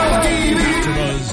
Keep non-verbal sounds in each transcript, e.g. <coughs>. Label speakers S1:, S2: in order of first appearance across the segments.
S1: AfterBuzz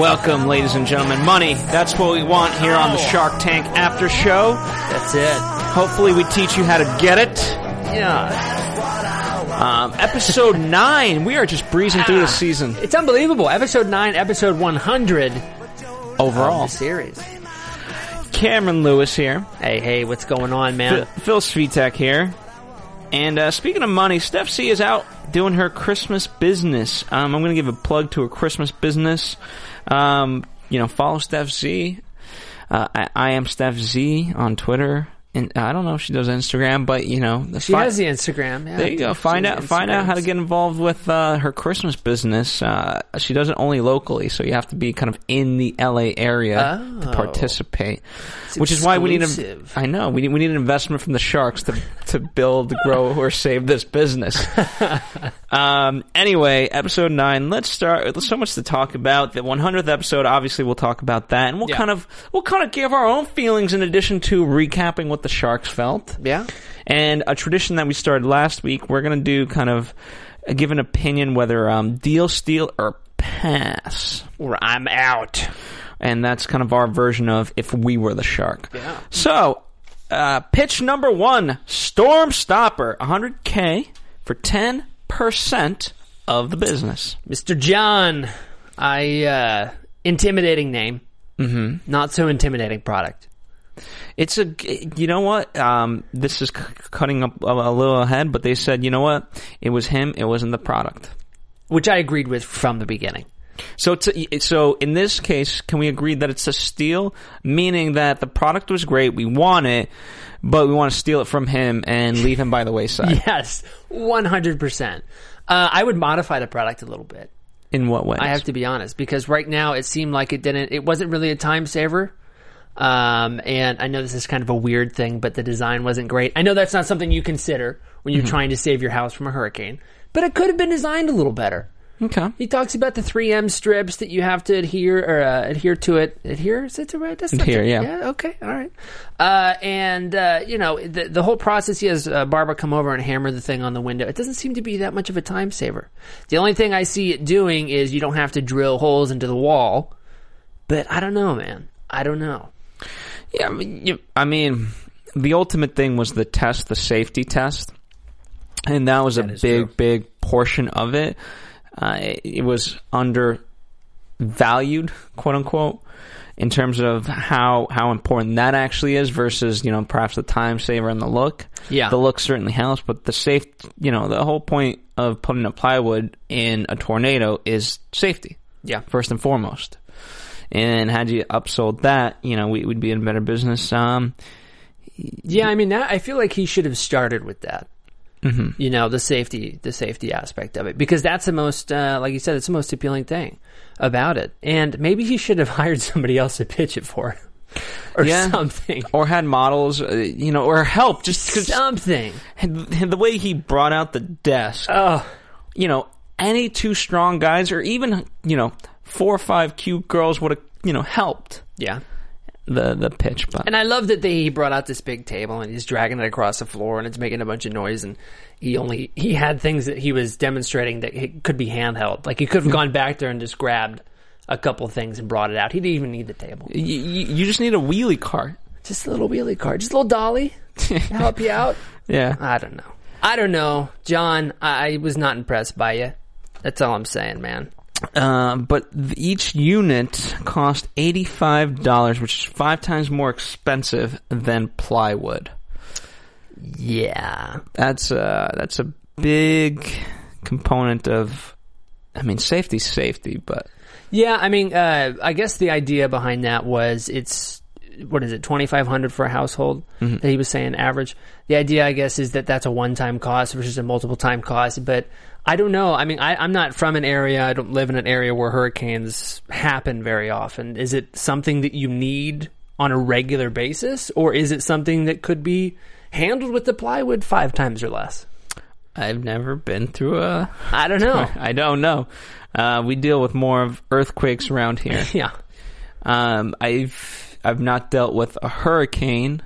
S2: Welcome, ladies and gentlemen. Money, that's what we want here on the Shark Tank After Show.
S3: That's it.
S2: Hopefully, we teach you how to get it.
S3: Yeah.
S2: Um, episode 9, we are just breezing through the season
S3: It's unbelievable. Episode 9, episode 100
S2: overall.
S3: of the series.
S2: Cameron Lewis here,
S3: Hey, hey, what's going on,
S2: Phil
S3: man?
S2: Phil Svitek here. And uh, speaking of money, Steph C is out doing her Christmas business. Um, I'm going to give a plug to her Christmas business. Um, you know, follow Steph Z. Uh, I, I am Steph Z on Twitter. And I don't know if she does Instagram, but you know, the
S3: She
S2: fi-
S3: has the Instagram. Yeah,
S2: There you go.
S3: She
S2: Find
S3: has
S2: out. Find out how to
S3: Instagrams.
S2: get involved with uh, her Christmas business. Uh, she does it only locally, so you have to be kind of in the LA area to
S3: Oh.
S2: participate. which is why we need. A,
S3: exclusive.
S2: I know we need, we need an investment from the sharks to to build, grow, or save this
S3: <laughs>
S2: business. Um, anyway, episode nine. Let's start. There's so much to talk about. The 100th episode. Obviously, we'll talk about that, and we'll
S3: Yeah.
S2: kind of we'll kind of give our own feelings in addition to recapping what the sharks felt.
S3: Yeah.
S2: And a tradition that we started last week, we're going to do kind of uh, give an opinion whether um, deal, steal, or pass.
S3: Or I'm out.
S2: And that's kind of our version of if we were the shark.
S3: Yeah.
S2: So, uh, pitch number one Storm Stopper, 100K for 10% of the business.
S3: Mr. John. I, uh, intimidating name. Mm-hmm. Not so intimidating product.
S2: It's a, you know what? Um, this is c- cutting up a, a little ahead, but they said, you know what? It was him, it wasn't the product.
S3: Which I agreed with from the beginning. <laughs>
S2: So, to, so in this case, can we agree that it's a steal, meaning that the product was great, we want it, but we want to steal it from him and leave him by the wayside?
S3: Yes, 100%. Uh, I would modify the product a little bit.
S2: In what way?
S3: I have to be honest because right now it seemed like it didn't. It wasn't really a time saver. Um, and I know this is kind of a weird thing, but the design wasn't great. I know that's not something you consider when you're trying to save your house from a hurricane, but it could have been designed a little better.
S2: okay.
S3: He talks about the 3M strips that you have to adhere or uh, adhere to it. Adhere is it the right? That's not
S2: Adhere,
S3: the-
S2: yeah.
S3: Okay. All right. Uh, and uh, you know the the whole process. He has uh, Barbara come over and hammer the thing on the window. It doesn't seem to be that much of a time saver. The only thing I see it doing is you don't have to drill holes into the wall. But I don't know, man. I don't know.
S2: Yeah, I mean, you, I mean, the ultimate thing was the test, the safety test, and that was a big, big portion of it. Uh, it, it was undervalued, quote unquote, in terms of how how important that actually is versus you know perhaps the time saver and the look.
S3: Yeah.
S2: the look certainly helps, but the safe, you know, the whole point of putting a plywood in a tornado is safety
S3: Yeah.
S2: first and foremost. And had you upsold that, you know, we, we'd be in better business. Um,
S3: Yeah, I mean, that, I feel like he should have started with that. Mm-hmm. You know, the safety, the safety aspect of it, because that's the most, uh, like you said, it's the most appealing thing about it. And maybe he should have <laughs> hired somebody else to pitch it for, him. or
S2: Yeah.
S3: something,
S2: or had models, uh, you know, or help. Just 'cause-
S3: something.
S2: and the way he brought out the desk,
S3: Oh,
S2: you know, any two strong guys or even, you know, four or five cute girls would have, you know, helped
S3: yeah.
S2: the, the pitch. But
S3: And I love that they, he brought out this big table and he's dragging it across the floor and it's making a bunch of noise. And he only he had things that he was demonstrating that he could be handheld. Like he could have gone back there and just grabbed a couple things and brought it out. He didn't even need the table.
S2: you, you you just need a wheelie cart.
S3: Just a little wheelie cart, just a little dolly to help you out.
S2: Yeah.
S3: <laughs> I don't know. I don't know, John. I I was not impressed by you. That's all I'm saying, man.
S2: Um, but th- each unit cost eighty-five dollars, which is five times more expensive than plywood.
S3: Yeah,
S2: That's a that's a big component of. I mean, safety's safety, but
S3: Yeah, I mean, uh, I guess the idea behind that was it's what is it twenty five hundred for a household that he was saying average. The idea, I guess, is that that's a one time cost versus a multiple time cost. But I don't know. I mean, I, I'm not from an area. I don't live in an area where hurricanes happen very often. Is it something that you need on a regular basis, or is it something that could be handled with the plywood five times or less?
S2: I've never been through a.
S3: I don't know.
S2: <laughs> I don't know. Uh, we deal with more of earthquakes around
S3: <laughs>
S2: here.
S3: yeah.
S2: Um, I've I've not dealt with a hurricane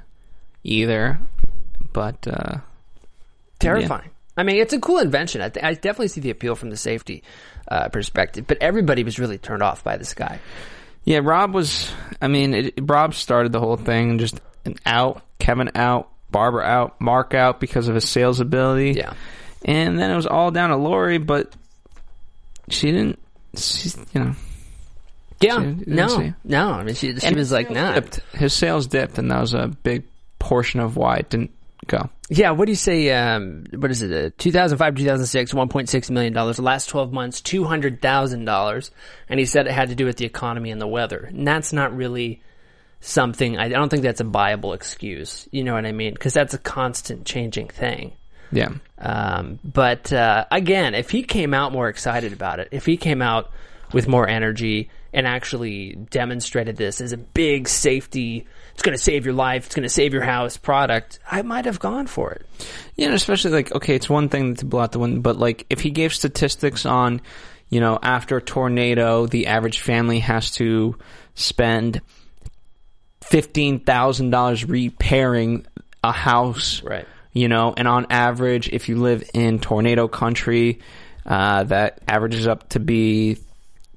S2: either, but uh,
S3: terrifying. I mean, it's a cool invention. I, th- I definitely see the appeal from the safety uh, perspective, but everybody was really turned off by this guy.
S2: yeah, Rob was. I mean, it, Rob started the whole thing. Just an out, Kevin out, Barbara out, Mark out because of his sales ability.
S3: Yeah.
S2: and then it was all down to Lori, but she didn't. She, you know,
S3: Yeah,
S2: She-
S3: no,
S2: she-
S3: no. I mean, she, she
S2: and
S3: was
S2: his
S3: like,
S2: sales
S3: nah.
S2: dipped. His sales dipped, and that was a big portion of why it didn't go.
S3: Yeah, what do you say? Um, what is it? Uh, 2005, 2006, 1.6 million dollars. Last 12 months, 200 thousand dollars. And he said it had to do with the economy and the weather. And that's not really something. I don't think that's a viable excuse. You know what I mean? Because that's a constant changing thing.
S2: Yeah,
S3: Um, but uh, again, if he came out more excited about it, if he came out with more energy and actually demonstrated this as a big safety, it's going to save your life, it's going to save your house product, I might have gone for it.
S2: yeah, and especially like okay, it's one thing to blow out the window, but like if he gave statistics on, you know, after a tornado, the average family has to spend fifteen thousand dollars repairing a house,
S3: Right.
S2: You know, and on average, if you live in tornado country, uh, that averages up to be,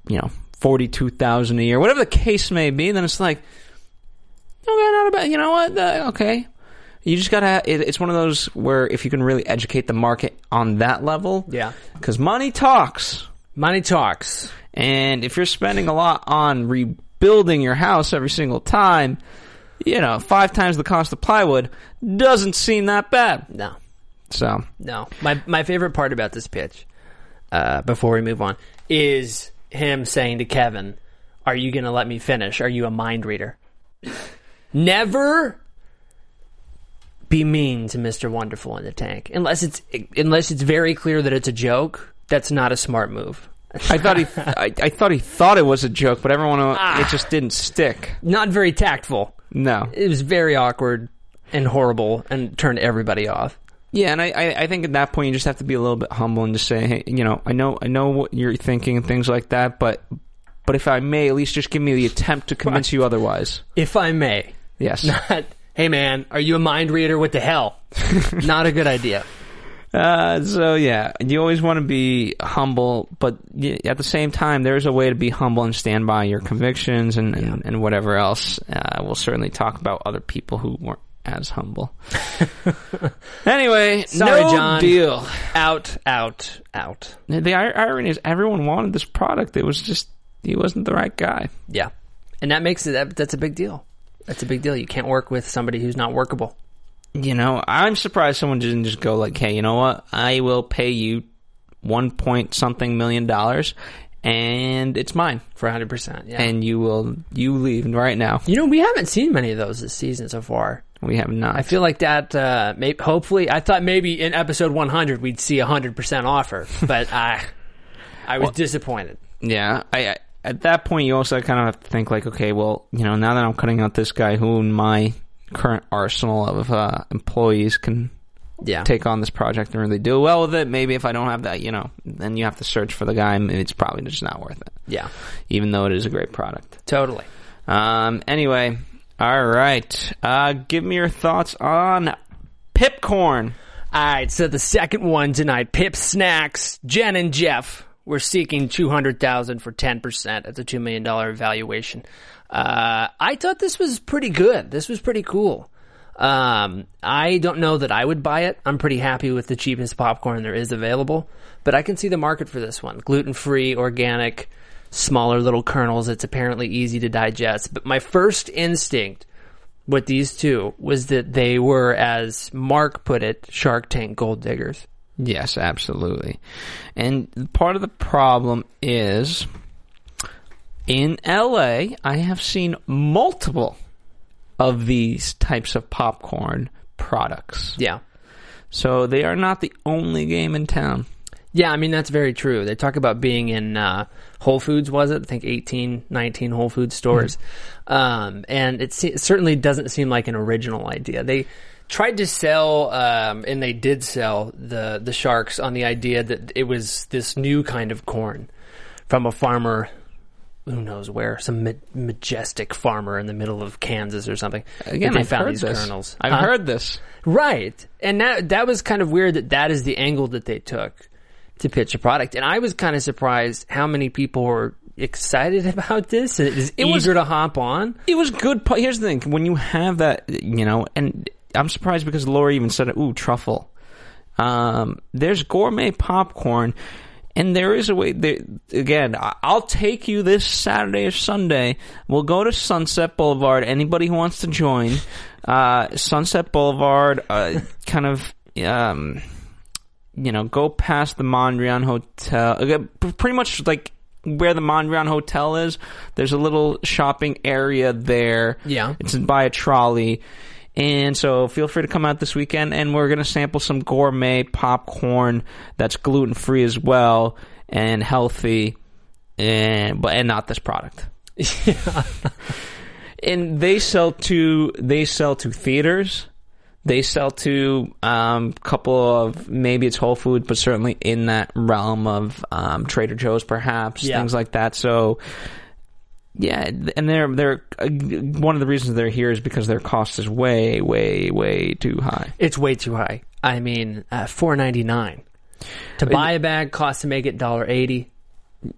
S2: you know, forty two thousand a year, whatever the case may be. Then it's like, okay, not about. You know what? Uh, okay, you just gotta. It, it's one of those where if you can really educate the market on that level,
S3: Yeah.
S2: because money talks.
S3: Money talks.
S2: And if you're spending a lot on rebuilding your house every single time, you know, five times the cost of plywood doesn't seem that bad.
S3: No,
S2: So,
S3: no. My my favorite part about this pitch, uh, before we move on, is him saying to Kevin, "Are you going to let me finish? Are you a mind reader?" <laughs> Never be mean to Mr. Wonderful in the tank. Unless it's unless it's very clear that it's a joke, that's not a smart move. <laughs>
S2: I thought he, I, I thought he thought it was a joke, but everyone, uh, it just didn't stick.
S3: Not very tactful.
S2: No.
S3: It was very awkward and horrible and turned everybody off.
S2: Yeah, and I, I, I think at that point you just have to be a little bit humble and just say, hey, you know, I know, I know what you're thinking and things like that, but, but if I may, at least just give me the attempt to convince you otherwise.
S3: If I may, <laughs>
S2: Yes. <laughs>
S3: not, hey man, are you a mind reader? What the hell? <laughs> not a good idea.
S2: Uh, so yeah, you always want to be humble, but y- at the same time, there's a way to be humble and stand by your convictions and, and, and whatever else. Uh, we'll certainly talk about other people who weren't as
S3: <laughs>
S2: humble. anyway,
S3: Sorry,
S2: no
S3: John.
S2: deal.
S3: Out, out, out.
S2: The ir- irony is everyone wanted this product. It was just he wasn't the right guy.
S3: Yeah. And that makes it, that, that's a big deal. That's a big deal. You can't work with somebody who's not workable.
S2: You know, I'm surprised someone didn't just go like, "Hey, you know what? I will pay you one point something million dollars, and it's mine."
S3: For 100%. Yeah.
S2: and you will you leave right now.
S3: you know, we haven't seen many of those this season so far.
S2: We have not.
S3: I feel like that, uh, may, hopefully, I thought maybe in episode 100 we'd see a 100% offer, but I, I was disappointed.
S2: yeah. I, I at that point you also kind of have to think like, okay, well, you know, now that I'm cutting out this guy, who in my current arsenal of uh, employees can
S3: Yeah.
S2: take on this project and really do well with it? Maybe if I don't have that, you know, then you have to search for the guy. and It's probably just not worth it,
S3: yeah.
S2: even though it is a great product.
S3: Totally.
S2: Um. Anyway, all right. Uh, give me your thoughts on Pipcorn.
S3: All right, so the second one tonight, Pip Snacks, Jen and Jeff. We're seeking two hundred thousand for ten percent. That's a two million dollar valuation. Uh, I thought this was pretty good. This was pretty cool. Um, I don't know that I would buy it. I'm pretty happy with the cheapest popcorn there is available, but I can see the market for this one: gluten free, organic, smaller little kernels. It's apparently easy to digest. But my first instinct with these two was that they were, as Mark put it, Shark Tank gold diggers.
S2: Yes, absolutely. And part of the problem is in LA, I have seen multiple of these types of popcorn products.
S3: Yeah.
S2: So they are not the only game in town.
S3: Yeah, I mean, that's very true. They talk about being in uh, Whole Foods, was it? I think 18, 19 Whole Food stores.
S2: Mm-hmm.
S3: Um, and it, se- it certainly doesn't seem like an original idea. They tried to sell, um, and they did sell the, the sharks on the idea that it was this new kind of corn from a farmer. Who knows where? Some ma- majestic farmer in the middle of Kansas or something.
S2: Again,
S3: That they
S2: I've
S3: found
S2: heard
S3: these
S2: this.
S3: kernels.
S2: I've
S3: Huh?
S2: heard this.
S3: Right. And that that was kind of weird that that is the angle that they took to pitch a product. And I was kind of surprised how many people were excited <laughs> about this and is
S2: It
S3: eager
S2: was-
S3: to hop on.
S2: It was good. Po- Here's the thing: when you have that, you know, and I'm surprised because Laura even said, it, "Ooh, truffle." Um, there's gourmet popcorn, and there is a way. There, again, I- I'll take you this Saturday or Sunday. We'll go to Sunset Boulevard. Anybody who wants to join, uh, Sunset Boulevard, uh, kind of. Um, you know, go past the Mondrian Hotel. uh, p- Pretty much like where the Mondrian Hotel is, there's a little shopping area there.
S3: Yeah.
S2: It's by a trolley. And so feel free to come out this weekend and we're going to sample some gourmet popcorn that's gluten free as well and healthy and but and not this product. and they sell to they sell to theaters. They sell to a um, couple of maybe it's Whole Foods, but certainly in that realm of um, Trader Joe's, perhaps
S3: Yeah.
S2: things like that. So, yeah, and they're they're uh, one of the reasons they're here is because their cost is way, way, way too high.
S3: It's way too high. I mean, uh, 4.99. To buy a bag costs to make it $1.80.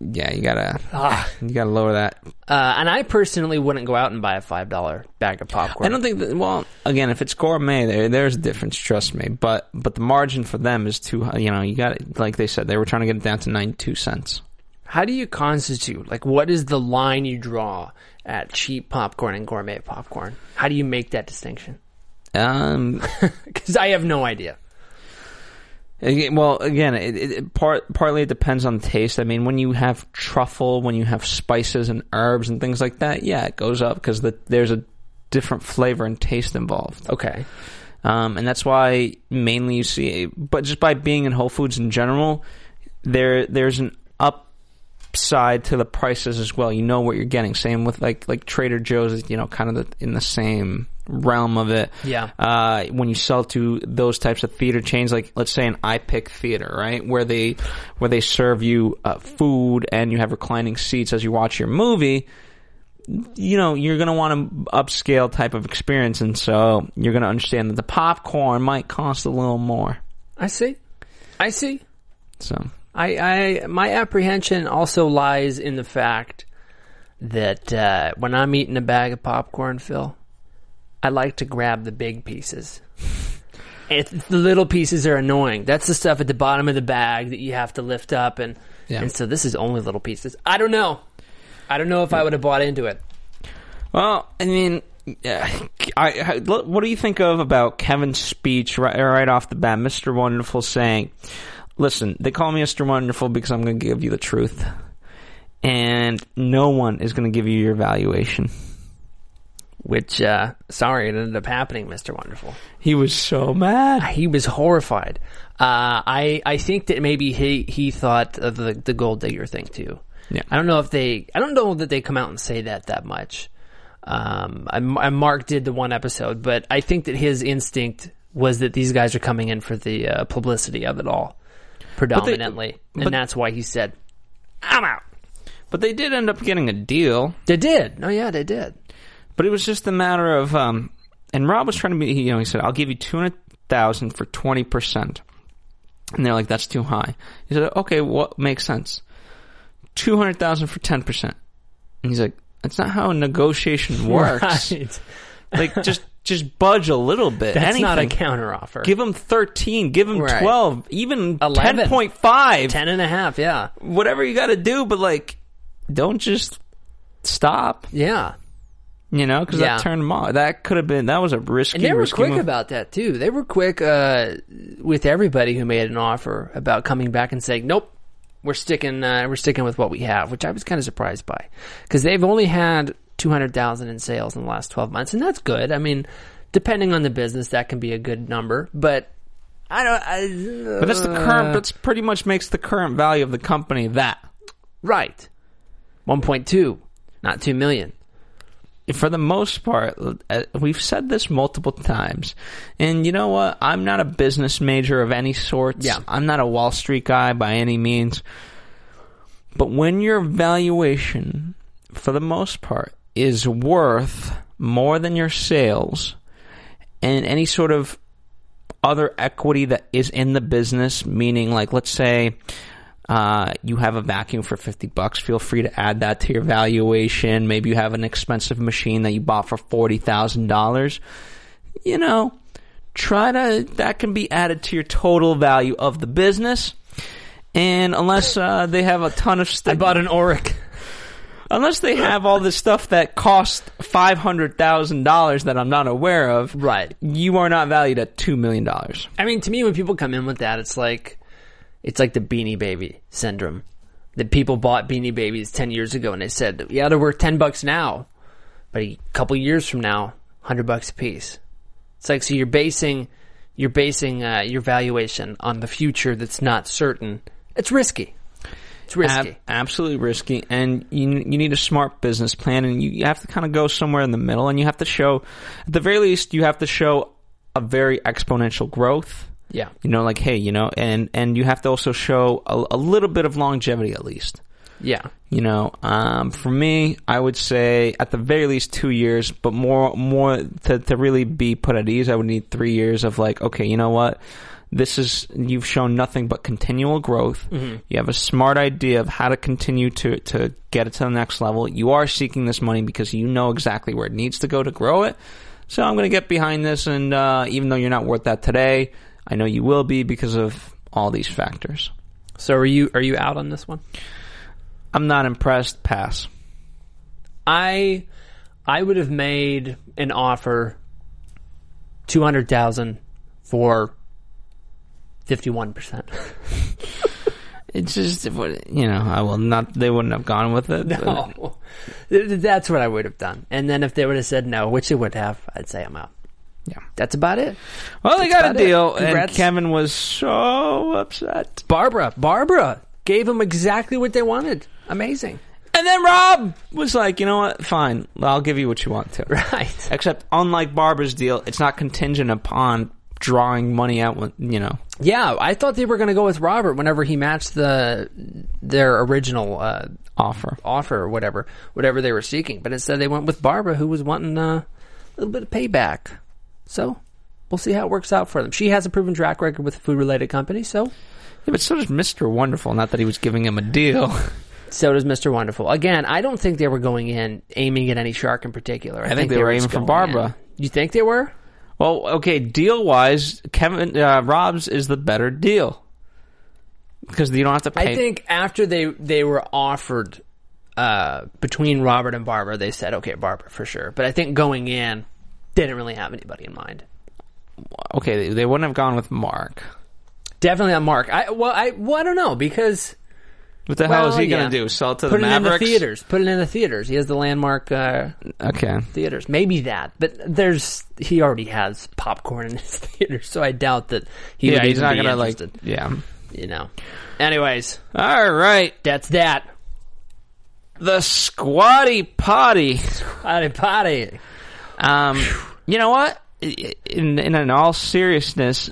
S2: Yeah, you gotta
S3: Ah.
S2: you gotta lower that.
S3: Uh, and I personally wouldn't go out and buy a $5 bag of popcorn.
S2: I don't think. That, well, again, if it's gourmet, there there's a difference. Trust me, but but the margin for them is too high. You know, you got to like they said they were trying to get it down to ninety two cents.
S3: How do you constitute? Like, what is the line you draw at cheap popcorn and gourmet popcorn? How do you make that distinction? <laughs>
S2: Um,
S3: Because I have no idea.
S2: Again, well, again, it, it, it part partly it depends on taste. I mean, when you have truffle, when you have spices and herbs and things like that, yeah, it goes up because the, there's a different flavor and taste involved.
S3: Okay.
S2: Um, and that's why mainly you see, but just by being in Whole Foods in general, there there's an upside to the prices as well. You know what you're getting. Same with like like Trader Joe's, is, you know, kind of the, in the same realm of it.
S3: Yeah.
S2: Uh, when you sell to those types of theater chains, like let's say an I Pick Theater, right, where they where they serve you uh, food and you have reclining seats as you watch your movie you know you're going to want an upscale type of experience and so you're going to understand that the popcorn might cost a little more
S3: I see. I see.
S2: so
S3: I, I my apprehension also lies in the fact that uh, when I'm eating a bag of popcorn, Phil, I like to grab the big pieces. It, the little pieces are annoying. That's the stuff at the bottom of the bag that you have to lift up, and
S2: Yeah.
S3: and so this is only little pieces. I don't know. I don't know if I would have bought into it.
S2: well i mean yeah, I, I- look, what do you think of about kevin's speech right, right off the bat mr wonderful saying listen they call me mr wonderful because i'm going to give you the truth and no one is going to give you your valuation
S3: Which, uh, sorry, it ended up happening, Mister Wonderful.
S2: he was so mad
S3: he was horrified. Uh, I I think that maybe he he thought of the the gold digger thing too.
S2: Yeah.
S3: I don't know if they I don't know that they come out and say that that much. Um, I, I Mark did the one episode, but I think that his instinct was that these guys are coming in for the uh, publicity of it all, predominantly,
S2: but-
S3: and that's why he said, "I'm out."
S2: but they did end up getting a deal
S3: They did. Oh yeah, they did.
S2: But it was just a matter of, um, and Rob was trying to be, you know, he said, I'll give you 200000 for 20%. And they're like, that's too high. He said, okay, what makes sense? 200000 for 10%. And he's like, that's not how a
S3: <laughs>
S2: negotiation works.
S3: <laughs> Right.
S2: Like, just, just budge a little bit.
S3: That's
S2: anything.
S3: not a counteroffer.
S2: Give him 13, give him
S3: Right.
S2: 12, even
S3: 11.
S2: 10.5,
S3: ten and a half. Yeah.
S2: whatever you gotta do, but like, don't just stop.
S3: Yeah.
S2: You know, because
S3: Yeah.
S2: that turned him off. That could have been that was a risky.
S3: And they were
S2: risky
S3: quick
S2: move.
S3: about that too. They were quick uh, with everybody who made an offer about coming back and saying, "Nope, we're sticking uh, we're sticking with what we have, which I was kind of surprised by because they've only had two hundred thousand in sales in the last twelve months, and that's good. I mean, depending on the business, that can be a good number, but I don't. I,
S2: But that's the current. That's pretty much makes the current value of the company that.
S3: right, one point two, not two million.
S2: For the most part, uh, we've said this multiple times, and you know what? I'm not a business major of any sort.
S3: Yeah.
S2: I'm not a Wall Street guy by any means. But when your valuation, for the most part, is worth more than your sales, and any sort of other equity that is in the business, meaning like let's say uh, you have a vacuum for fifty bucks, feel free to add that to your valuation. Maybe you have an expensive machine that you bought for forty thousand dollars. You know, try to that can be added to your total value of the business. And unless uh, they have a ton of stuff,
S3: I bought an auric.
S2: unless they have all this stuff that cost five hundred thousand dollars that I'm not aware of,
S3: Right.
S2: you are not valued at two million dollars.
S3: I mean, to me, when people come in with that, it's like it's like the Beanie Baby syndrome. That people bought Beanie Babies ten years ago, and they said, "Yeah, they're worth ten bucks now, but a couple years from now, hundred bucks a piece." It's like so you're basing you're basing uh, your valuation on the future that's not certain. It's risky. It's risky.
S2: Ab- absolutely risky, and you you need a smart business plan, and you, you have to kind of go somewhere in the middle, and you have to show, at the very least, you have to show a very exponential growth.
S3: yeah.
S2: You know, like hey, you know, and and you have to also show a, a little bit of longevity at least.
S3: Yeah.
S2: You know, um, for me, I would say at the very least two years, but more, more to, to really be put at ease, I would need three years of like, okay, you know what? This is, you've shown nothing but continual growth. You have a smart idea of how to continue to, to get it to the next level. You are seeking this money because you know exactly where it needs to go to grow it. So I'm going to get behind this. And, uh, even though you're not worth that today, I know you will be because of all these factors.
S3: So are you are you out on this one?
S2: I'm not impressed. Pass.
S3: I I would have made an offer two hundred thousand for fifty one percent.
S2: It's just, it would- you know, I will not. They wouldn't have gone with <laughs> it. but-
S3: <laughs> Oh, Th- th- that's what I would have done. And then if they would have said no, which they would have, I'd say I'm out.
S2: Yeah.
S3: that's about it.
S2: Well, they got a
S3: about it.
S2: deal, and
S3: Congrats.
S2: Kevin was so upset.
S3: Barbara, Barbara gave them exactly what they wanted. Amazing,
S2: And then Rob was like, you know what? Fine, I'll give you what you want to.
S3: <laughs> right?
S2: Except, unlike Barbara's deal, it's not contingent upon drawing money out. When, you know,
S3: Yeah, I thought they were going to go with Robert whenever he matched the their original uh,
S2: offer.
S3: offer or whatever, whatever they were seeking. But instead, they went with Barbara, who was wanting uh, a little bit of payback. So we'll see how it works out for them. She has a proven track record with a food related company, so
S2: Yeah, but so does Mister Wonderful. Not that he was giving him a deal. <laughs>
S3: so does Mr. Wonderful. Again, I don't think they were going in aiming at any shark in particular. I,
S2: think they were aiming
S3: just
S2: for
S3: going
S2: Barbara.
S3: in. You think they were?
S2: well, okay, deal wise, Kevin uh, Rob's is the better deal because you don't have to pay.
S3: I think after they they were offered uh, between Robert and Barbara, they said, "Okay, Barbara for sure." But I think going in, they didn't really have anybody in mind.
S2: okay, they, they wouldn't have gone with Mark.
S3: Definitely on Mark. I well, I well, I don't know because
S2: What the hell is he going to do? Sell it to
S3: Put
S2: the
S3: it
S2: Mavericks?
S3: in the theaters. Put it in the theaters. He has the landmark uh,
S2: Okay.
S3: theaters. Maybe that, but there's he already has popcorn in his <laughs> theater, so I doubt that he
S2: Yeah,
S3: would
S2: he's
S3: even
S2: not
S3: be
S2: going to like.
S3: interested,
S2: Yeah.
S3: you know. Anyways,
S2: All right.
S3: that's that.
S2: The squatty potty.
S3: Potty potty.
S2: Um, you know what? In, in, in all seriousness,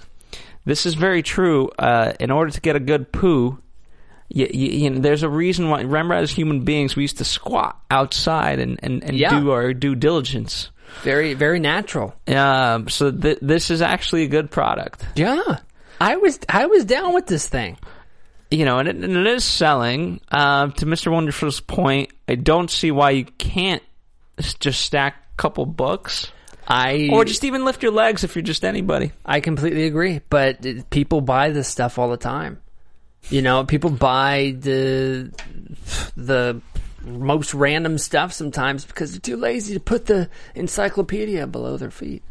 S2: this is very true. Uh, in order to get a good poo, you, you, you know, there's a reason why. Remember, as human beings, we used to squat outside and, and, and
S3: Yeah.
S2: do our due diligence.
S3: Very very natural.
S2: Um, so th- this is actually a good product.
S3: Yeah. I was I was down with this thing.
S2: you know, and it, and it is selling. Uh, to Mr. Wonderful's point, I don't see why you can't s- just stack a couple books
S3: I
S2: or just even lift your legs if you're just anybody.
S3: I completely agree, but it- people buy this stuff all the time. You know, people buy the the most random stuff sometimes because they're too lazy to put the encyclopedia below their feet.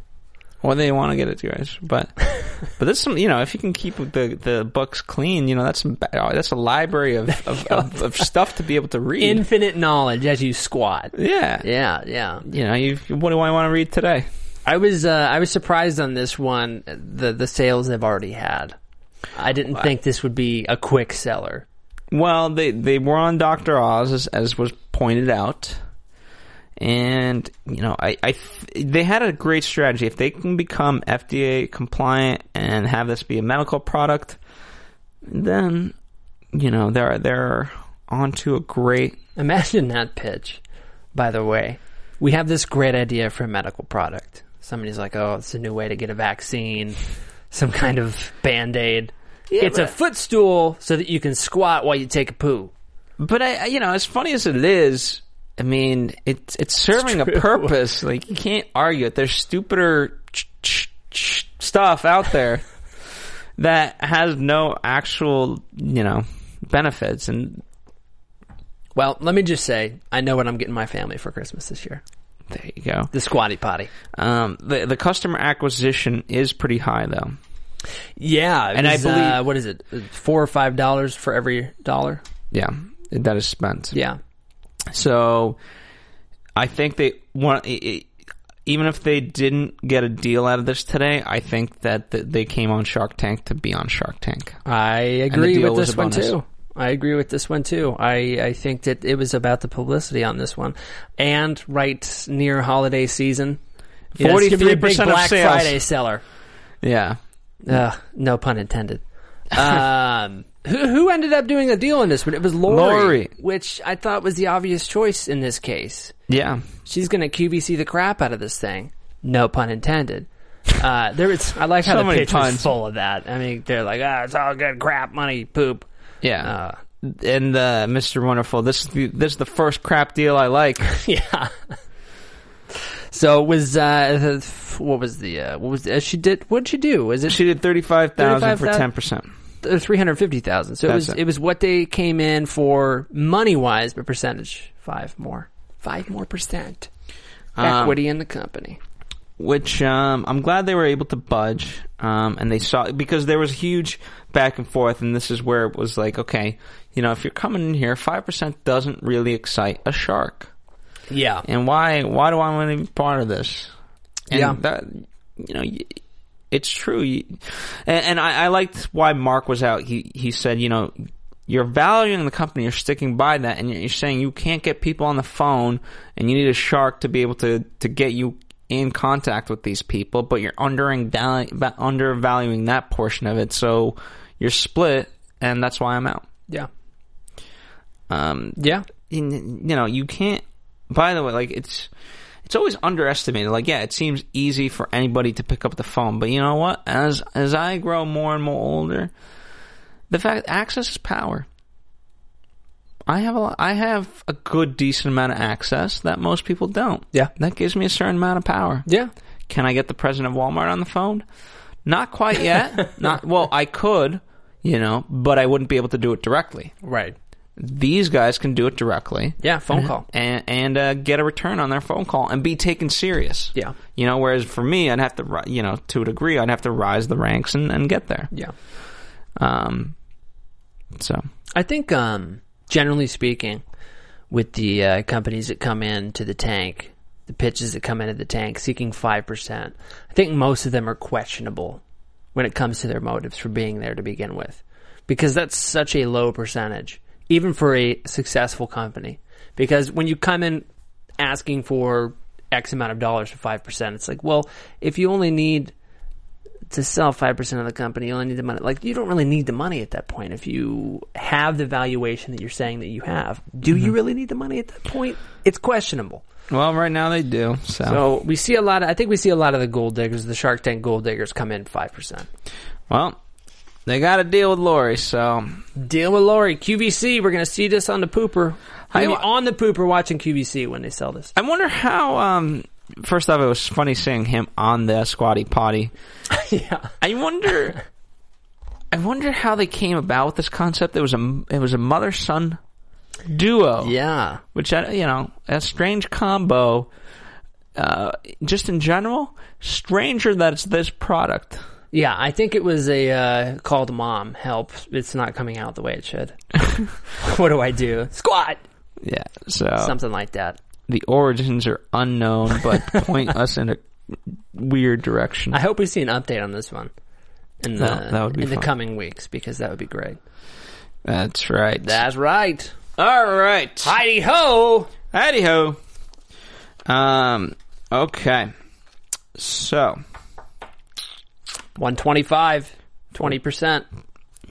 S2: or they want to get it to guys. But but that's some you know if you can keep the the books clean, you know that's some, ba- oh, that's a library of of, of of stuff to be able to read.
S3: Infinite knowledge as you squat.
S2: yeah.
S3: Yeah, yeah.
S2: You know, you, what do I want to read today?
S3: I was uh, I was surprised on this one the the sales they've already had. I didn't think this would be a quick seller.
S2: Well, they they were on Doctor Oz as, as was pointed out, and you know I I th- they had a great strategy. If they can become FDA compliant and have this be a medical product, then you know they're they're onto a great
S3: Imagine that pitch. By the way, we have this great idea for a medical product. Somebody's like, "Oh, it's a new way to get a vaccine, some kind of band aid. it's a footstool so that you can squat while you take a poo."
S2: But I, I- you know, as funny as it is, I mean, it's it's serving a purpose. Like you can't argue it. There's stupider ch- ch- ch- stuff out there that has no actual, you know, benefits. And
S3: Well, let me just say, I know what I'm getting my family for Christmas this year:
S2: there you go.
S3: the squatty potty.
S2: Um, the the customer acquisition is pretty high though.
S3: Yeah, uh,
S2: And I believe-
S3: what is it, four or five dollars for every dollar?
S2: Yeah, that is spent.
S3: Yeah,
S2: So I think they want. i- i- Even if they didn't get a deal out of this today, I think that th- they came on Shark Tank to be on Shark Tank.
S3: I
S2: the
S3: agree
S2: deal
S3: with
S2: was
S3: this
S2: a
S3: one
S2: bonus.
S3: too. I agree with this one too. I, I think that it was about the publicity on this one, and right near holiday season, You know, it's gonna be a big
S2: 43% of
S3: Black
S2: sales.
S3: Friday seller.
S2: Yeah.
S3: Ugh, no pun
S2: <laughs>
S3: intended. Um, who who ended up doing a deal on this one? It was Lori,
S2: Lori.
S3: which I thought was the obvious choice in this case.
S2: Yeah.
S3: She's going to QVC the crap out of this thing. No pun intended. Uh, there was, I like how
S2: So
S3: the
S2: many
S3: pitch
S2: puns.
S3: was full of that. I mean, they're like, ah, it's all good crap, money, poop. Uh,
S2: Yeah. and uh, Mr. Wonderful, this is the, this is the first crap deal I like.
S3: <laughs> Yeah. So it was uh, the- f- what was the uh, what was the, uh, she did? What did she do? Was it
S2: She did 35000 for
S3: 35,000.
S2: 10%.
S3: three hundred fifty thousand? So it
S2: That's
S3: was
S2: it.
S3: it. was what they came in for money wise, but percentage five more, five more percent Um, equity in the company.
S2: Which um, I'm glad they were able to budge. Um, and they saw, because there was huge back and forth, and this is where it was like, okay, you know, if you're coming in here, 5% doesn't really excite a shark.
S3: Yeah,
S2: and why why do I want to be part of this? And
S3: Yeah.
S2: that you know, y- it's true. You- And, and I, I liked why Mark was out. He he said, you know, you're valuing the company, you're sticking by that, and you're saying you can't get people on the phone, and you need a shark to be able to to get you in contact with these people, but you're undering down, va- undervaluing that portion of it. So you're split, and that's why I'm out.
S3: yeah,
S2: Um,
S3: yeah.
S2: in- you know you can't by the way like it's it's always underestimated like yeah it seems easy for anybody to pick up the phone but you know what as as i grow more and more older the fact access is power i have a i have a good decent amount of access that most people don't
S3: Yeah.
S2: that gives me a certain amount of power
S3: Yeah.
S2: can I get the president of Walmart on the phone? Not quite yet. Not well, I could, you know, but I wouldn't be able to do it directly.
S3: Right. Mm-hmm.
S2: These guys can do it directly
S3: Yeah. Phone call.
S2: and and uh, get a return on their phone call and be taken serious.
S3: Yeah.
S2: you know. Whereas for me, I'd have to, ri- you know, to a degree, I'd have to rise the ranks and, and get there.
S3: Yeah.
S2: Um, so
S3: I think, um, generally speaking, with the uh, companies that come in to the tank, the pitches that come into the tank seeking 5%, I think most of them are questionable when it comes to their motives for being there to begin with. Because that's such a low percentage, even for a successful company. Because when you come in asking for X amount of dollars for 5%, it's like, well, if you only need to sell 5% of the company, you only need the money. Like, you don't really need the money at that point. If you have the valuation that you're saying that you have, do you really need the money at that point? It's questionable.
S2: well, right now they do. So,
S3: So we see a lot of, I think we see a lot of the gold diggers, the Shark Tank gold diggers come in 5%.
S2: well, they got to deal with Lori. So
S3: Deal with Lori. QVC, we're going to see this on the pooper.
S2: I-
S3: I mean, on the pooper watching QVC when they sell this.
S2: I wonder how. Um, first off, it was funny seeing him on the squatty potty.
S3: yeah.
S2: I
S3: <laughs>
S2: wonder. I wonder how they came about with this concept. It was a it was a mother son duo.
S3: Yeah.
S2: uh, which I, you know, a strange combo uh, just in general, stranger that it's this product.
S3: Yeah, I think it was a uh, call to mom. Help! It's not coming out the way it should. <laughs> what do I do? Squat.
S2: Yeah, so
S3: Something like that.
S2: the origins are unknown, but point us in a weird direction.
S3: I hope we see an update on this one in the
S2: That- that would be
S3: in
S2: fun.
S3: the coming weeks because that would be great.
S2: That's right.
S3: That's right.
S2: All right.
S3: Heidi ho!
S2: Howdy ho. Um. Okay. So
S3: One twenty five. Twenty percent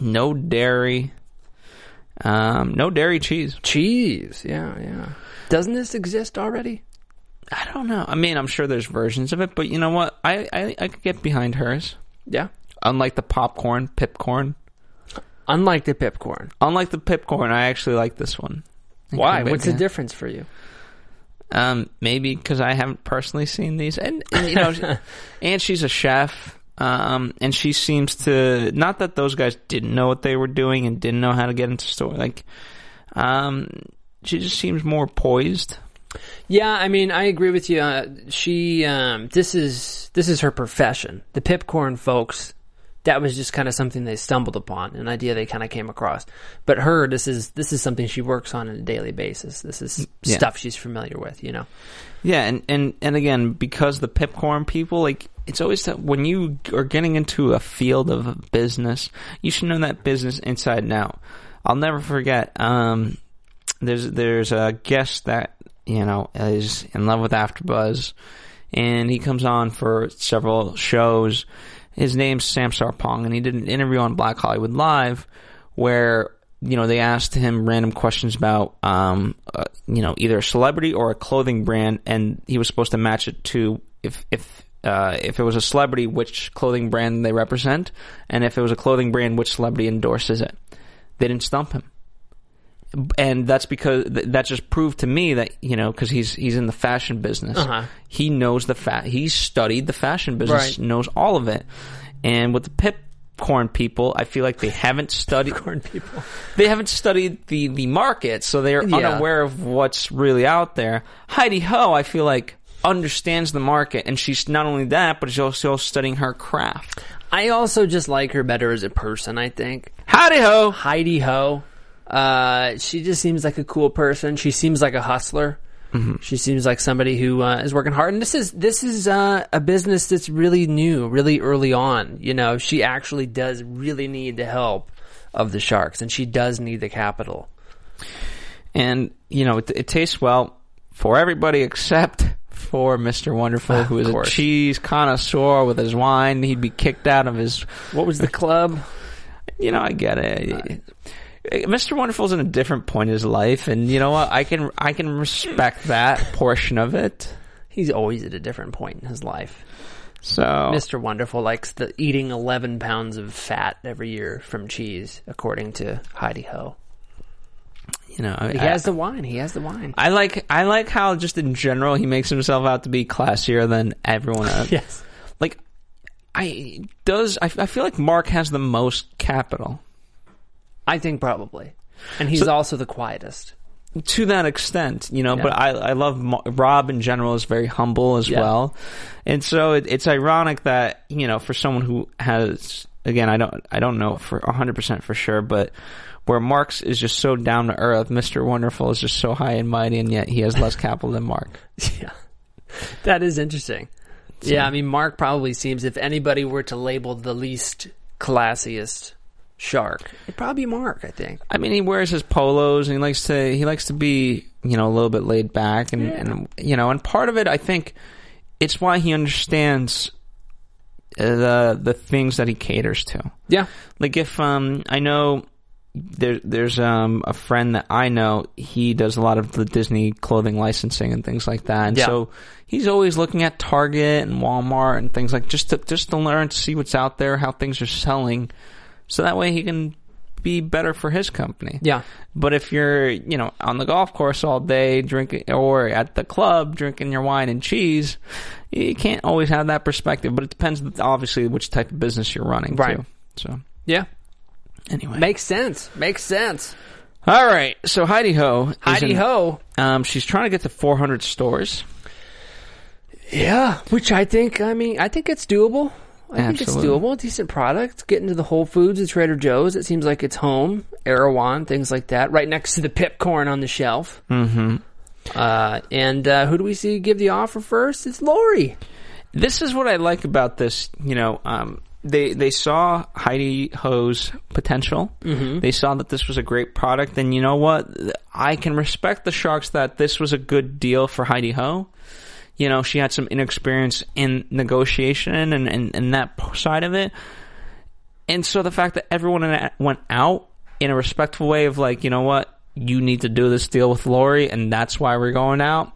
S2: no dairy. Um. No dairy cheese.
S3: cheese. Yeah, yeah. Doesn't this exist already?
S2: I don't know. I mean, I'm sure there's versions of it, but you know what? I I, I could get behind hers.
S3: Yeah.
S2: Unlike the popcorn, pipcorn.
S3: Unlike the pipcorn.
S2: Unlike the pipcorn, I actually like this one.
S3: Why?
S2: Okay,
S3: What's
S2: yeah.
S3: the difference for you?
S2: Um, maybe because I haven't personally seen these, and, and you
S3: <laughs>
S2: know, and she's a chef. Um, and she seems to not that those guys didn't know what they were doing and didn't know how to get into store. Like, um, she just seems more poised.
S3: Yeah, I mean, I agree with you. Uh, she, um, this is this is her profession. The pipcorn folks, that was just kind of something they stumbled upon, an idea they kind of came across. But her, this is this is something she works on on a daily basis. This is
S2: Yeah.
S3: stuff she's familiar with, you know. <laughs>
S2: Yeah, and and and again, because the pipcorn people, like, it's always that when you are getting into a field of business, you should know that business inside and out. I'll never forget. Um, there's there's a guest that you know is in love with AfterBuzz, and he comes on for several shows. His name's Sam Sarpong, and he did an interview on Black Hollywood Live where you know they asked him random questions about um, uh, you know either a celebrity or a clothing brand, and he was supposed to match it to if if. Uh, if it was a celebrity, which clothing brand they represent, and if it was a clothing brand, which celebrity endorses it. They didn't stump him and that's because th- that just proved to me that you know because he's he's in the fashion business.
S3: Uh-huh.
S2: He knows the fa- he studied the fashion business,
S3: Right.
S2: knows all of it. And with the pipcorn people, I feel like they haven't studied
S3: Corn people.
S2: they haven't studied the the market, so they're
S3: Yeah.
S2: unaware of what's really out there. Heidi Ho, I feel like understands the market, and she's not only that, but she's also studying her craft.
S3: I also just like her better as a person. I think
S2: Howdy Ho.
S3: Oh. Heidi Ho. Uh, she just seems like a cool person. She seems like a hustler. She seems like somebody who uh, is working hard. And this is this is uh, a business that's really new, really early on. You know, she actually does really need the help of the sharks, and she does need the capital.
S2: and you know it, it tastes well for everybody except for Mr. Wonderful, who
S3: Of
S2: is a
S3: course.
S2: cheese connoisseur with his wine. He'd be kicked out of his.
S3: What was the <laughs> club?
S2: You know, I get it. Mr. Wonderful's in a different point in his life, and you know what? I can I can respect that portion of it.
S3: He's always at a different point in his life.
S2: So
S3: Mr. Wonderful likes the eating eleven pounds of fat every year from cheese, according to Heidi Ho.
S2: you know,
S3: He has the wine. He has the wine.
S2: I like I like how just in general he makes himself out to be classier than
S3: <laughs>
S2: everyone else.
S3: Yes.
S2: Like I does I, I feel like Mark has the most capital.
S3: I think probably. And he's also the quietest.
S2: to that extent, you know.
S3: Yeah.
S2: But I, I love Mo- Rob in general is very humble as
S3: Yeah.
S2: well, and so it, it's ironic that you know for someone who has again, I don't, I don't know for hundred percent for sure, but where Marx is just so down to earth, Mister Wonderful is just so high and mighty, and yet he has less capital than Mark.
S3: <laughs> Yeah. That is interesting. Yeah, I mean Mark probably seems if anybody were to label the least classiest shark, it'd probably be Mark, I think.
S2: I mean, he wears his polos and he likes to he likes to be you know a little bit laid back and, and you know and part of it I think it's why he understands uh, the the things that he caters to.
S3: Yeah.
S2: Like if um I know there there's um a friend that I know he does a lot of the Disney clothing licensing and things like that. And
S3: Yeah.
S2: so he's always looking at Target and Walmart and things like just to just to learn to see what's out there, how things are selling. So that way he can be better for his company.
S3: Yeah.
S2: But if you're, you know, on the golf course all day drinking or at the club drinking your wine and cheese, you can't always have that perspective, but it depends obviously which type of business you're running
S3: Right.
S2: too. So
S3: Yeah.
S2: Anyway.
S3: Makes sense. Makes sense.
S2: All right. So Heidi Ho. is
S3: Heidi
S2: in-
S3: Ho.
S2: Um, she's trying to get to 400 stores.
S3: Yeah, which I think. I mean, I think it's doable. I think it's
S2: Absolutely.
S3: doable. Decent product. Get into the Whole Foods, the Trader Joe's. It seems like it's home. Erewhon, things like that. Right next to the pipcorn on the shelf. Mm-hmm. Uh, and uh, who do we see give the offer first? It's Lori.
S2: this is what I like about this. You know, um, they they saw Heidi Ho's potential. Mm-hmm. They saw that this was a great product, and you know what? I can respect the Sharks that this was a good deal for Heidi Ho. You know, she had some inexperience in negotiation and and, and that p- side of it. And so the fact that everyone in that went out in a respectful way of like, you know what, you need to do this deal with Lori, and that's why we're going out.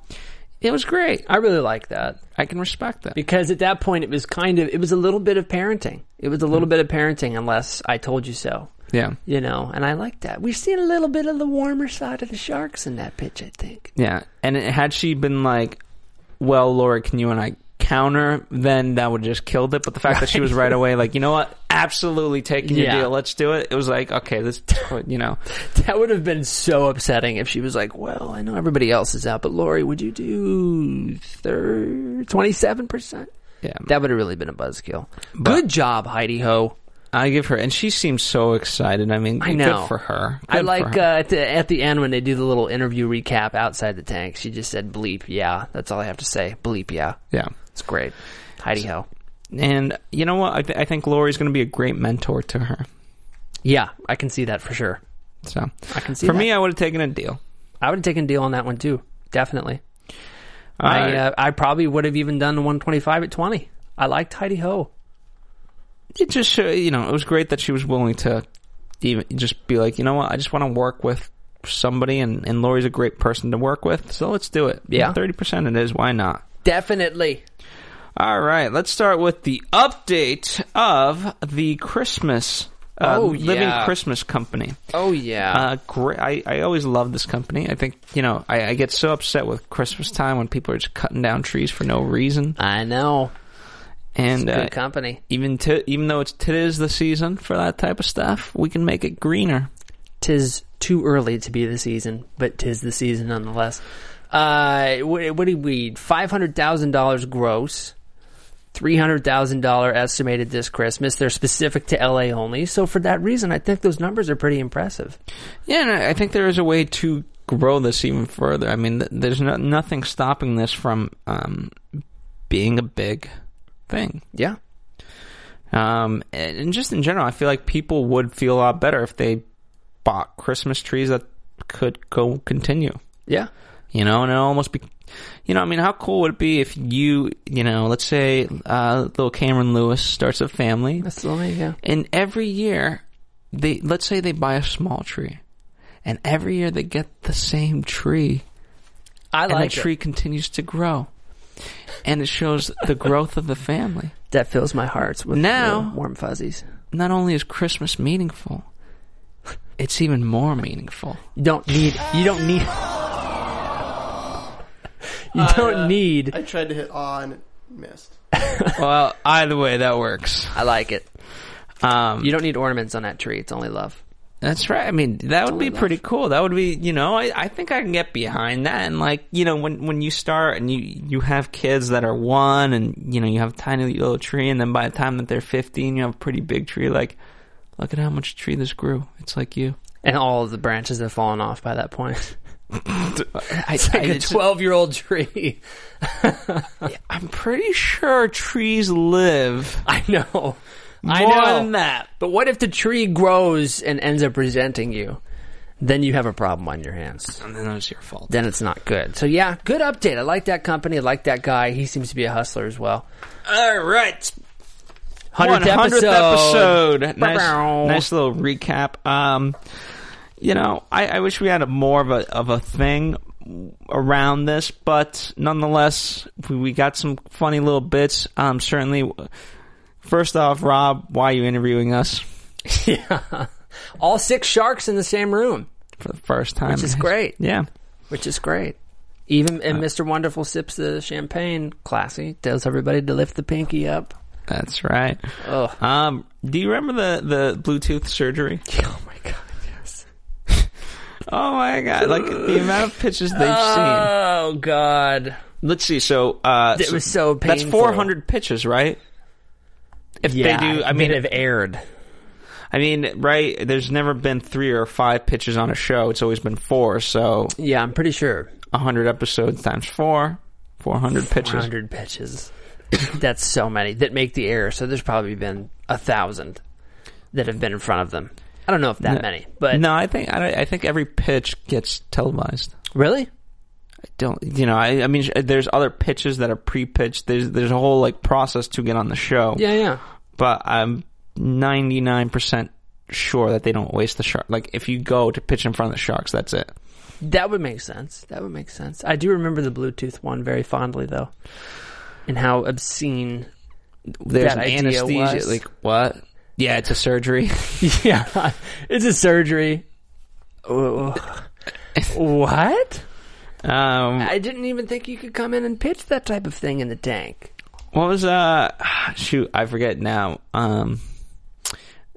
S2: It was great.
S3: I really like that.
S2: I can respect that.
S3: because at that point it was kind of it was a little bit of parenting. It was a little bit of parenting unless I told you so.
S2: Yeah.
S3: You know, and I like that. We've seen a little bit of the warmer side of the sharks in that pitch, I think.
S2: Yeah, and it- had she been like, "Well, Laura, can you and I counter?" Then that would have just killed it. But the fact that she was right away, like, you know what? Absolutely taking your
S3: Yeah.
S2: deal. Let's do it. It was like, okay, this, you know,
S3: <laughs> That would have been so upsetting if she was like, "Well, I know everybody else is out, but Lori, would you do third twenty-seven percent?"
S2: yeah.
S3: That would have really been a buzzkill. Good job, Heidi Ho.
S2: I give her, and she seems so excited. I mean,
S3: I know
S2: good for her.
S3: I
S2: Good for
S3: like
S2: her.
S3: Uh, at, the, at the end when they do the little interview recap outside the tank. She just said, "Bleep, yeah." That's all I have to say. Bleep, yeah.
S2: yeah.
S3: It's great. Heidi Ho.
S2: And you know what? I, th- I think Lori's going to be a great mentor to her.
S3: Yeah, I can see that for sure.
S2: So
S3: I can see
S2: for
S3: that.
S2: me, I would have taken a deal.
S3: I would have taken a deal on that one too. Definitely. I
S2: All right.
S3: uh, I probably would have even done the 125 at 20. I liked Heidi Ho.
S2: it just show- you know it was great that she was willing to even just be like you know what I just want to work with somebody and and Lori's a great person to work with so let's do it
S3: Yeah.
S2: thirty percent it is why not
S3: Definitely.
S2: all right let's start with the update of the Christmas uh,
S3: Oh,
S2: Living
S3: yeah.
S2: Christmas Company
S3: Oh yeah.
S2: uh, great I I always love this company I think you know I, I get so upset with Christmas time when people are just cutting down trees for no reason
S3: I know.
S2: and
S3: Good
S2: uh,
S3: company.
S2: even t- even though it's tis the season for that type of stuff we can make it greener.
S3: Tis too early to be the season, but tis the season nonetheless. Uh, what, what did we? Five hundred thousand dollars gross. Three hundred thousand dollar estimated this Christmas. They're specific to LA only, so for that reason, I think those numbers are pretty impressive.
S2: Yeah, and I I think there is a way to grow this even further. I mean, th- there's no, nothing stopping this from um, being a big thing.
S3: Yeah,
S2: Um, and, and just in general, I feel like people would feel a lot better if they bought Christmas trees that could go continue.
S3: yeah.
S2: You know, and it almost be, you know, I mean, how cool would it be if you, you know, let's say uh, little Cameron Lewis starts a family,
S3: That's the only yeah.
S2: and every year, they let's say they buy a small tree, and every year they get the same tree,
S3: I
S2: and
S3: like
S2: the tree continues to grow, and it shows the growth of the family.
S3: it. That fills my heart with
S2: Now-
S3: little warm fuzzies.
S2: Not only is Christmas meaningful, it's even more meaningful.
S3: You don't need. You don't need. <laughs> you don't need.
S4: I tried to hit on, missed.
S2: well, either way, that works.
S3: I like it.
S2: Um,
S3: You don't need ornaments on that tree. It's only love.
S2: that's right. I mean, that would be pretty cool. That would be, you know, I, I think I can get behind that. And like, you know, when when you start and you you have kids that are one, and you know, you have a tiny little tree, and then by the time that they're fifteen, you have a pretty big tree. Like, look at how much tree this grew. It's like you.
S3: And all of the branches have fallen off by that point.
S2: I,
S3: <laughs> It's like
S2: I-
S3: a
S2: it's-
S3: twelve-year-old tree. <laughs>
S2: I'm pretty sure trees live
S3: I know. I
S2: more
S3: know.
S2: than that.
S3: But what if the tree grows and ends up resenting you? Then you have a problem on your hands.
S2: And then it was your fault.
S3: Then it's not good. So yeah, good update. I like that company. I like that guy. He seems to be a hustler as well.
S2: All right,
S3: 100th,
S2: 100th episode. Nice,
S3: Bow-bow.
S2: nice little recap. Um, you know, I, I wish we had a more of a of a thing around this, but nonetheless, we, we got some funny little bits. Um, certainly. First off, Rob, why are you interviewing us
S3: <laughs> yeah. All six sharks in the same room,
S2: for the first time?
S3: which is great.
S2: Yeah.
S3: Which is great. Uh, Even and Mr. Wonderful sips the champagne, classy. Tells everybody to lift the pinky up.
S2: That's right.
S3: <laughs> Ugh.
S2: Um, do you remember the, the Bluetooth surgery?
S3: Oh my god. Yes.
S2: Oh my god! Like the amount of pitches they've seen.
S3: Oh god.
S2: Let's see. So uh,
S3: That Uh, was so
S2: That's
S3: painful.
S2: 400 pitches, right? If
S3: Yeah,
S2: they do, I mean,
S5: that have aired.
S2: I mean, right? There's never been three or five pitches on a show. It's always been four. So
S3: Yeah, I'm pretty sure.
S2: 100 episodes times four, 400 pitches.
S3: 100 pitches. <coughs> That's so many that make the error. So there's probably been a thousand that have been in front of them. I don't know if that many, but
S2: No, I think I, I think every pitch gets televised.
S3: really,
S2: I don't you know? I, I mean, sh- there's other pitches that are pre-pitched. There's there's a whole like process to get on the show.
S3: yeah, yeah.
S2: but I'm 99% sure that they don't waste the shark. Like if you go to pitch in front of the sharks, that's it.
S3: That would make sense. That would make sense. I do remember the Bluetooth one very fondly, though, and how obscene.
S2: There's
S3: That
S2: an
S3: idea
S2: anesthesia.
S3: was-
S2: Like what? Yeah, it's a surgery. <laughs>
S3: <laughs> Yeah, it's a surgery. Ugh. what?
S2: um,
S3: I didn't even think you could come in and pitch that type of thing in the tank.
S2: what was uh? Shoot, I forget now. Um,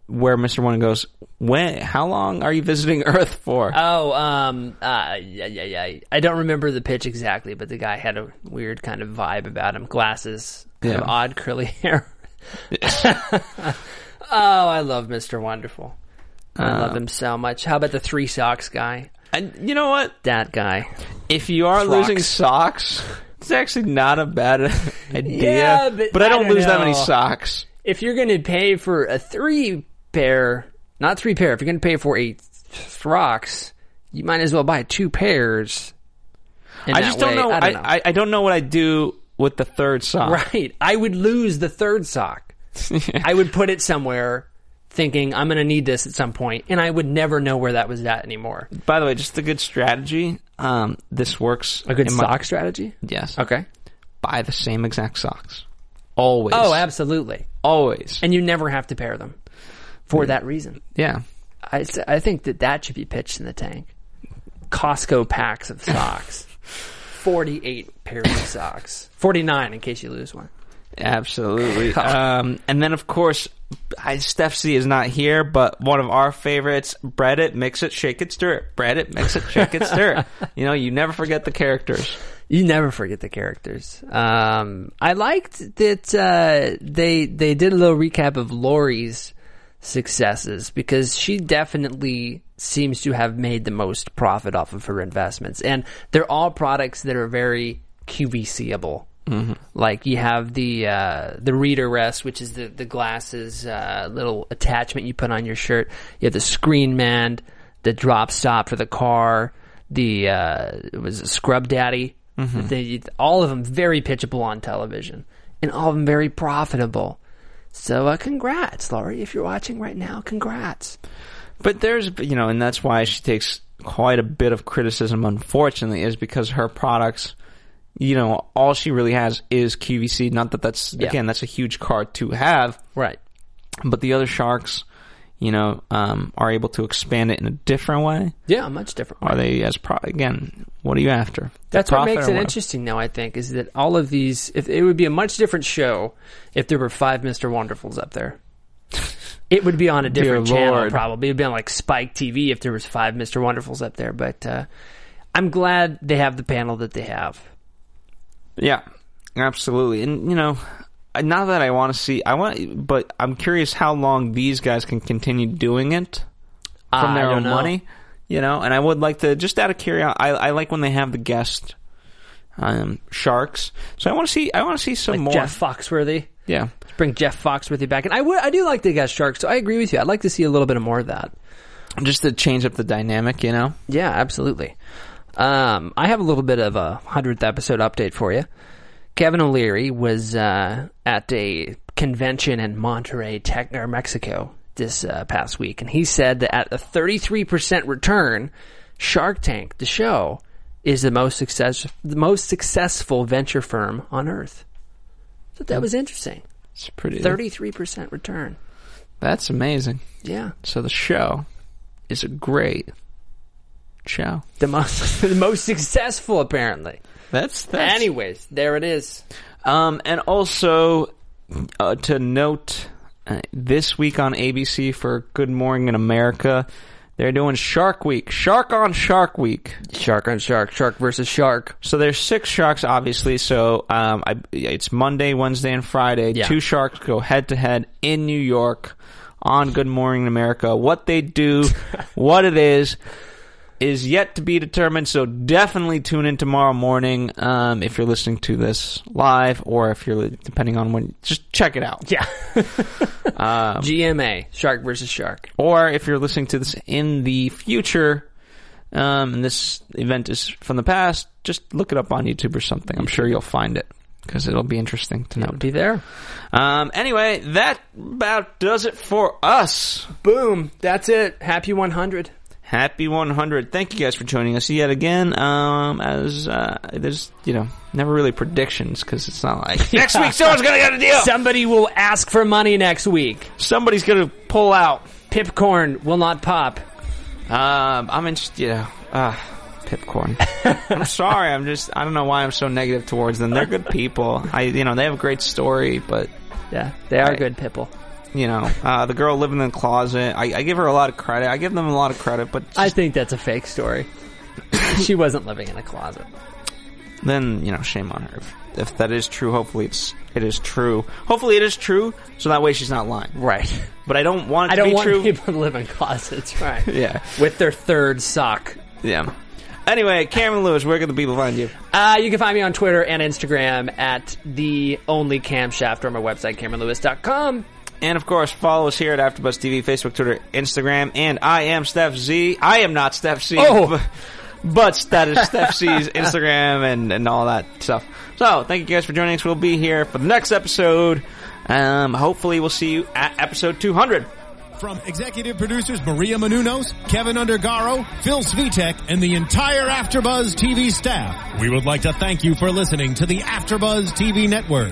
S2: where Mr. One goes? When? How long are you visiting <laughs> Earth for?
S3: Oh, um, uh, yeah, yeah, yeah. I don't remember the pitch exactly, but the guy had a weird kind of vibe about him. Glasses, kind of
S2: Yeah.
S3: odd curly <laughs> hair. <laughs> oh, I love Mr. Wonderful. I love him so much. How about the three socks guy?
S2: and you know what?
S3: That guy.
S2: If you are losing
S3: Rocks.
S2: socks, it's actually not a bad <laughs> idea.
S3: Yeah, but
S2: I
S3: I
S2: don't,
S3: don't
S2: lose that many
S3: know.
S2: socks.
S3: If you're going to pay for a three pair, not three pair, if you're going to pay for eight socks, you might as well buy two pairs. in
S2: I
S3: that
S2: just don't
S3: way.
S2: know.
S3: I
S2: I,
S3: don't know.
S2: I, I don't know what I do with the third sock.
S3: Right. I would lose the third <laughs> sock. I would put it somewhere thinking I'm going to need this at some point and I would never know where that was at anymore.
S2: By the way, just a good strategy. Um, this works.
S3: A good
S2: in my-
S3: sock strategy?
S2: Yes.
S3: Okay.
S2: Buy the same exact socks. Always.
S3: Oh, absolutely.
S2: always.
S3: And you never have to pair them for that reason.
S2: yeah.
S3: I, s- I think that that should be pitched in the tank. Costco packs of <laughs> socks. 48 pairs of socks. 49 in case you lose one.
S2: Absolutely. um, and then of course, I, Steph C is not here, but one of our favorites: bread it, mix it, shake it, stir it. Bread it, mix it, shake it, stir it. You know, you never forget the characters.
S3: You never forget the characters. Um, I liked that uh, they they did a little recap of Laurie's successes because she definitely seems to have made the most profit off of her investments, and they're all products that are very QVCable. Like you have the uh, the reader rest, which is the the glasses uh, little attachment you put on your shirt. You have the screen man, the drop stop for the car, the uh, it was a scrub daddy. They- all of them very pitchable on television, and all of them very profitable. So uh, congrats, Laurie, if you're watching right now. Congrats.
S2: But there's, you know, and that's why she takes quite a bit of criticism, unfortunately, is because her products, you know, all she really has is QVC. Not that that's, again, that's a huge card to have,
S3: Right.
S2: but the other sharks, you know, um, are able to expand it in a different way.
S3: Yeah, much different.
S2: Are they as pro, again, what are you after? The
S3: That's what
S2: profit
S3: makes
S2: or
S3: it interesting, though. I think is that all of these. If it would be a much different show if there were five Mister Wonderfuls up there. It would be on a different channel,
S2: Lord.
S3: probably. It'd be on like Spike TV if there was five Mister Wonderfuls up there. But uh, I'm glad they have the panel that they have.
S2: Yeah, absolutely. And you know, I- not that I want to see, I want, but I'm curious how long these guys can continue doing it from
S3: I
S2: their
S3: don't
S2: own
S3: know.
S2: money. You know, and I would like to just out of curiosity, I, I like when they have the guest um, sharks. So I want to see, I want to see some
S3: Like
S2: more.
S3: Jeff Foxworthy.
S2: Yeah,
S3: Bring Jeff Foxworthy back, and I would, I do like the guest sharks. So I agree with you. I'd like to see a little bit of more of that.
S2: just to change up the dynamic. You know,
S3: Yeah, absolutely. Um, I have a little bit of a hundredth episode update for you. Kevin O'Leary was uh, at a convention in Monterrey, Tec- or Mexico, this uh, past week, and he said that at a thirty-three percent return, Shark Tank, the show, is the most success, the most successful venture firm on earth. So that was interesting.
S2: it's pretty.
S3: Thirty-three percent return.
S2: That's amazing.
S3: Yeah,
S2: So the show is a great show.
S3: the most, <laughs> the most successful apparently.
S2: That's that's
S3: Anyways, there it is.
S2: Um, and also uh, to note, uh, this week on ABC for Good Morning in America, They're doing Shark Week, Shark on Shark Week.
S3: Shark on shark, shark versus shark.
S2: So there's six sharks, obviously. So um, I, it's Monday, Wednesday, and Friday.
S3: Yeah.
S2: Two sharks go head to head in New York on Good Morning America. What they do, what it is, is yet to be determined. So definitely tune in tomorrow morning um, if you're listening to this live, or if you're li- depending on when. Just check it out.
S3: <laughs> Yeah.
S2: Um,
S3: GMA, shark versus shark.
S2: or if you're listening to this in the future, um, and this event is from the past, just look it up on YouTube or something. I'm sure you'll find it because it'll be interesting to know.
S3: That would be there.
S2: Um, anyway, that about does it for us.
S3: Boom. That's it. Happy 100.
S2: Happy 100! Thank you guys for joining us yet again. Um, as uh, there's you know never really predictions because it's not like next week someone's gonna get a deal.
S3: Somebody will ask for money next week.
S2: Somebody's gonna pull out.
S3: Pipcorn will not pop.
S2: Um, I'm interested. You know, uh,
S3: <laughs>
S2: Pipcorn. I'm sorry. I'm just. I don't know why I'm so negative towards them. They're good people. I, you know, they have a great story, but
S3: Yeah, they are
S2: Right.
S3: good people.
S2: you know, uh, the girl living in the closet. I, I give her a lot of credit. I give them a lot of credit, but
S3: I think that's a fake story. <coughs> she wasn't living in a closet.
S2: then you know, shame on her. If, if that is true, hopefully it's it is true. Hopefully it is true, so that way she's not lying.
S3: Right.
S2: But I don't want it
S3: I
S2: to
S3: don't
S2: be
S3: want
S2: true.
S3: people to live in closets. <laughs> Right.
S2: Yeah,
S3: With their third sock.
S2: yeah. Anyway, Cameron Lewis, where can the people find you?
S3: Uh, you can find me on Twitter and Instagram at the only camshaft or my website, CameronLewis.com.
S2: And of course, follow us here at AfterBuzz TV, Facebook, Twitter, Instagram. And I am Steph Z. I am not Steph Z.
S3: Oh.
S2: <laughs> but- But that is Steph Z's Instagram and, and all that stuff. So thank you guys for joining us. We'll be here for the next episode. Um, hopefully we'll see you at episode 200.
S1: From executive producers Maria Manunos, Kevin Undergaro, Phil Svitek, and the entire Afterbuzz TV staff, we would like to thank you for listening to the Afterbuzz TV network.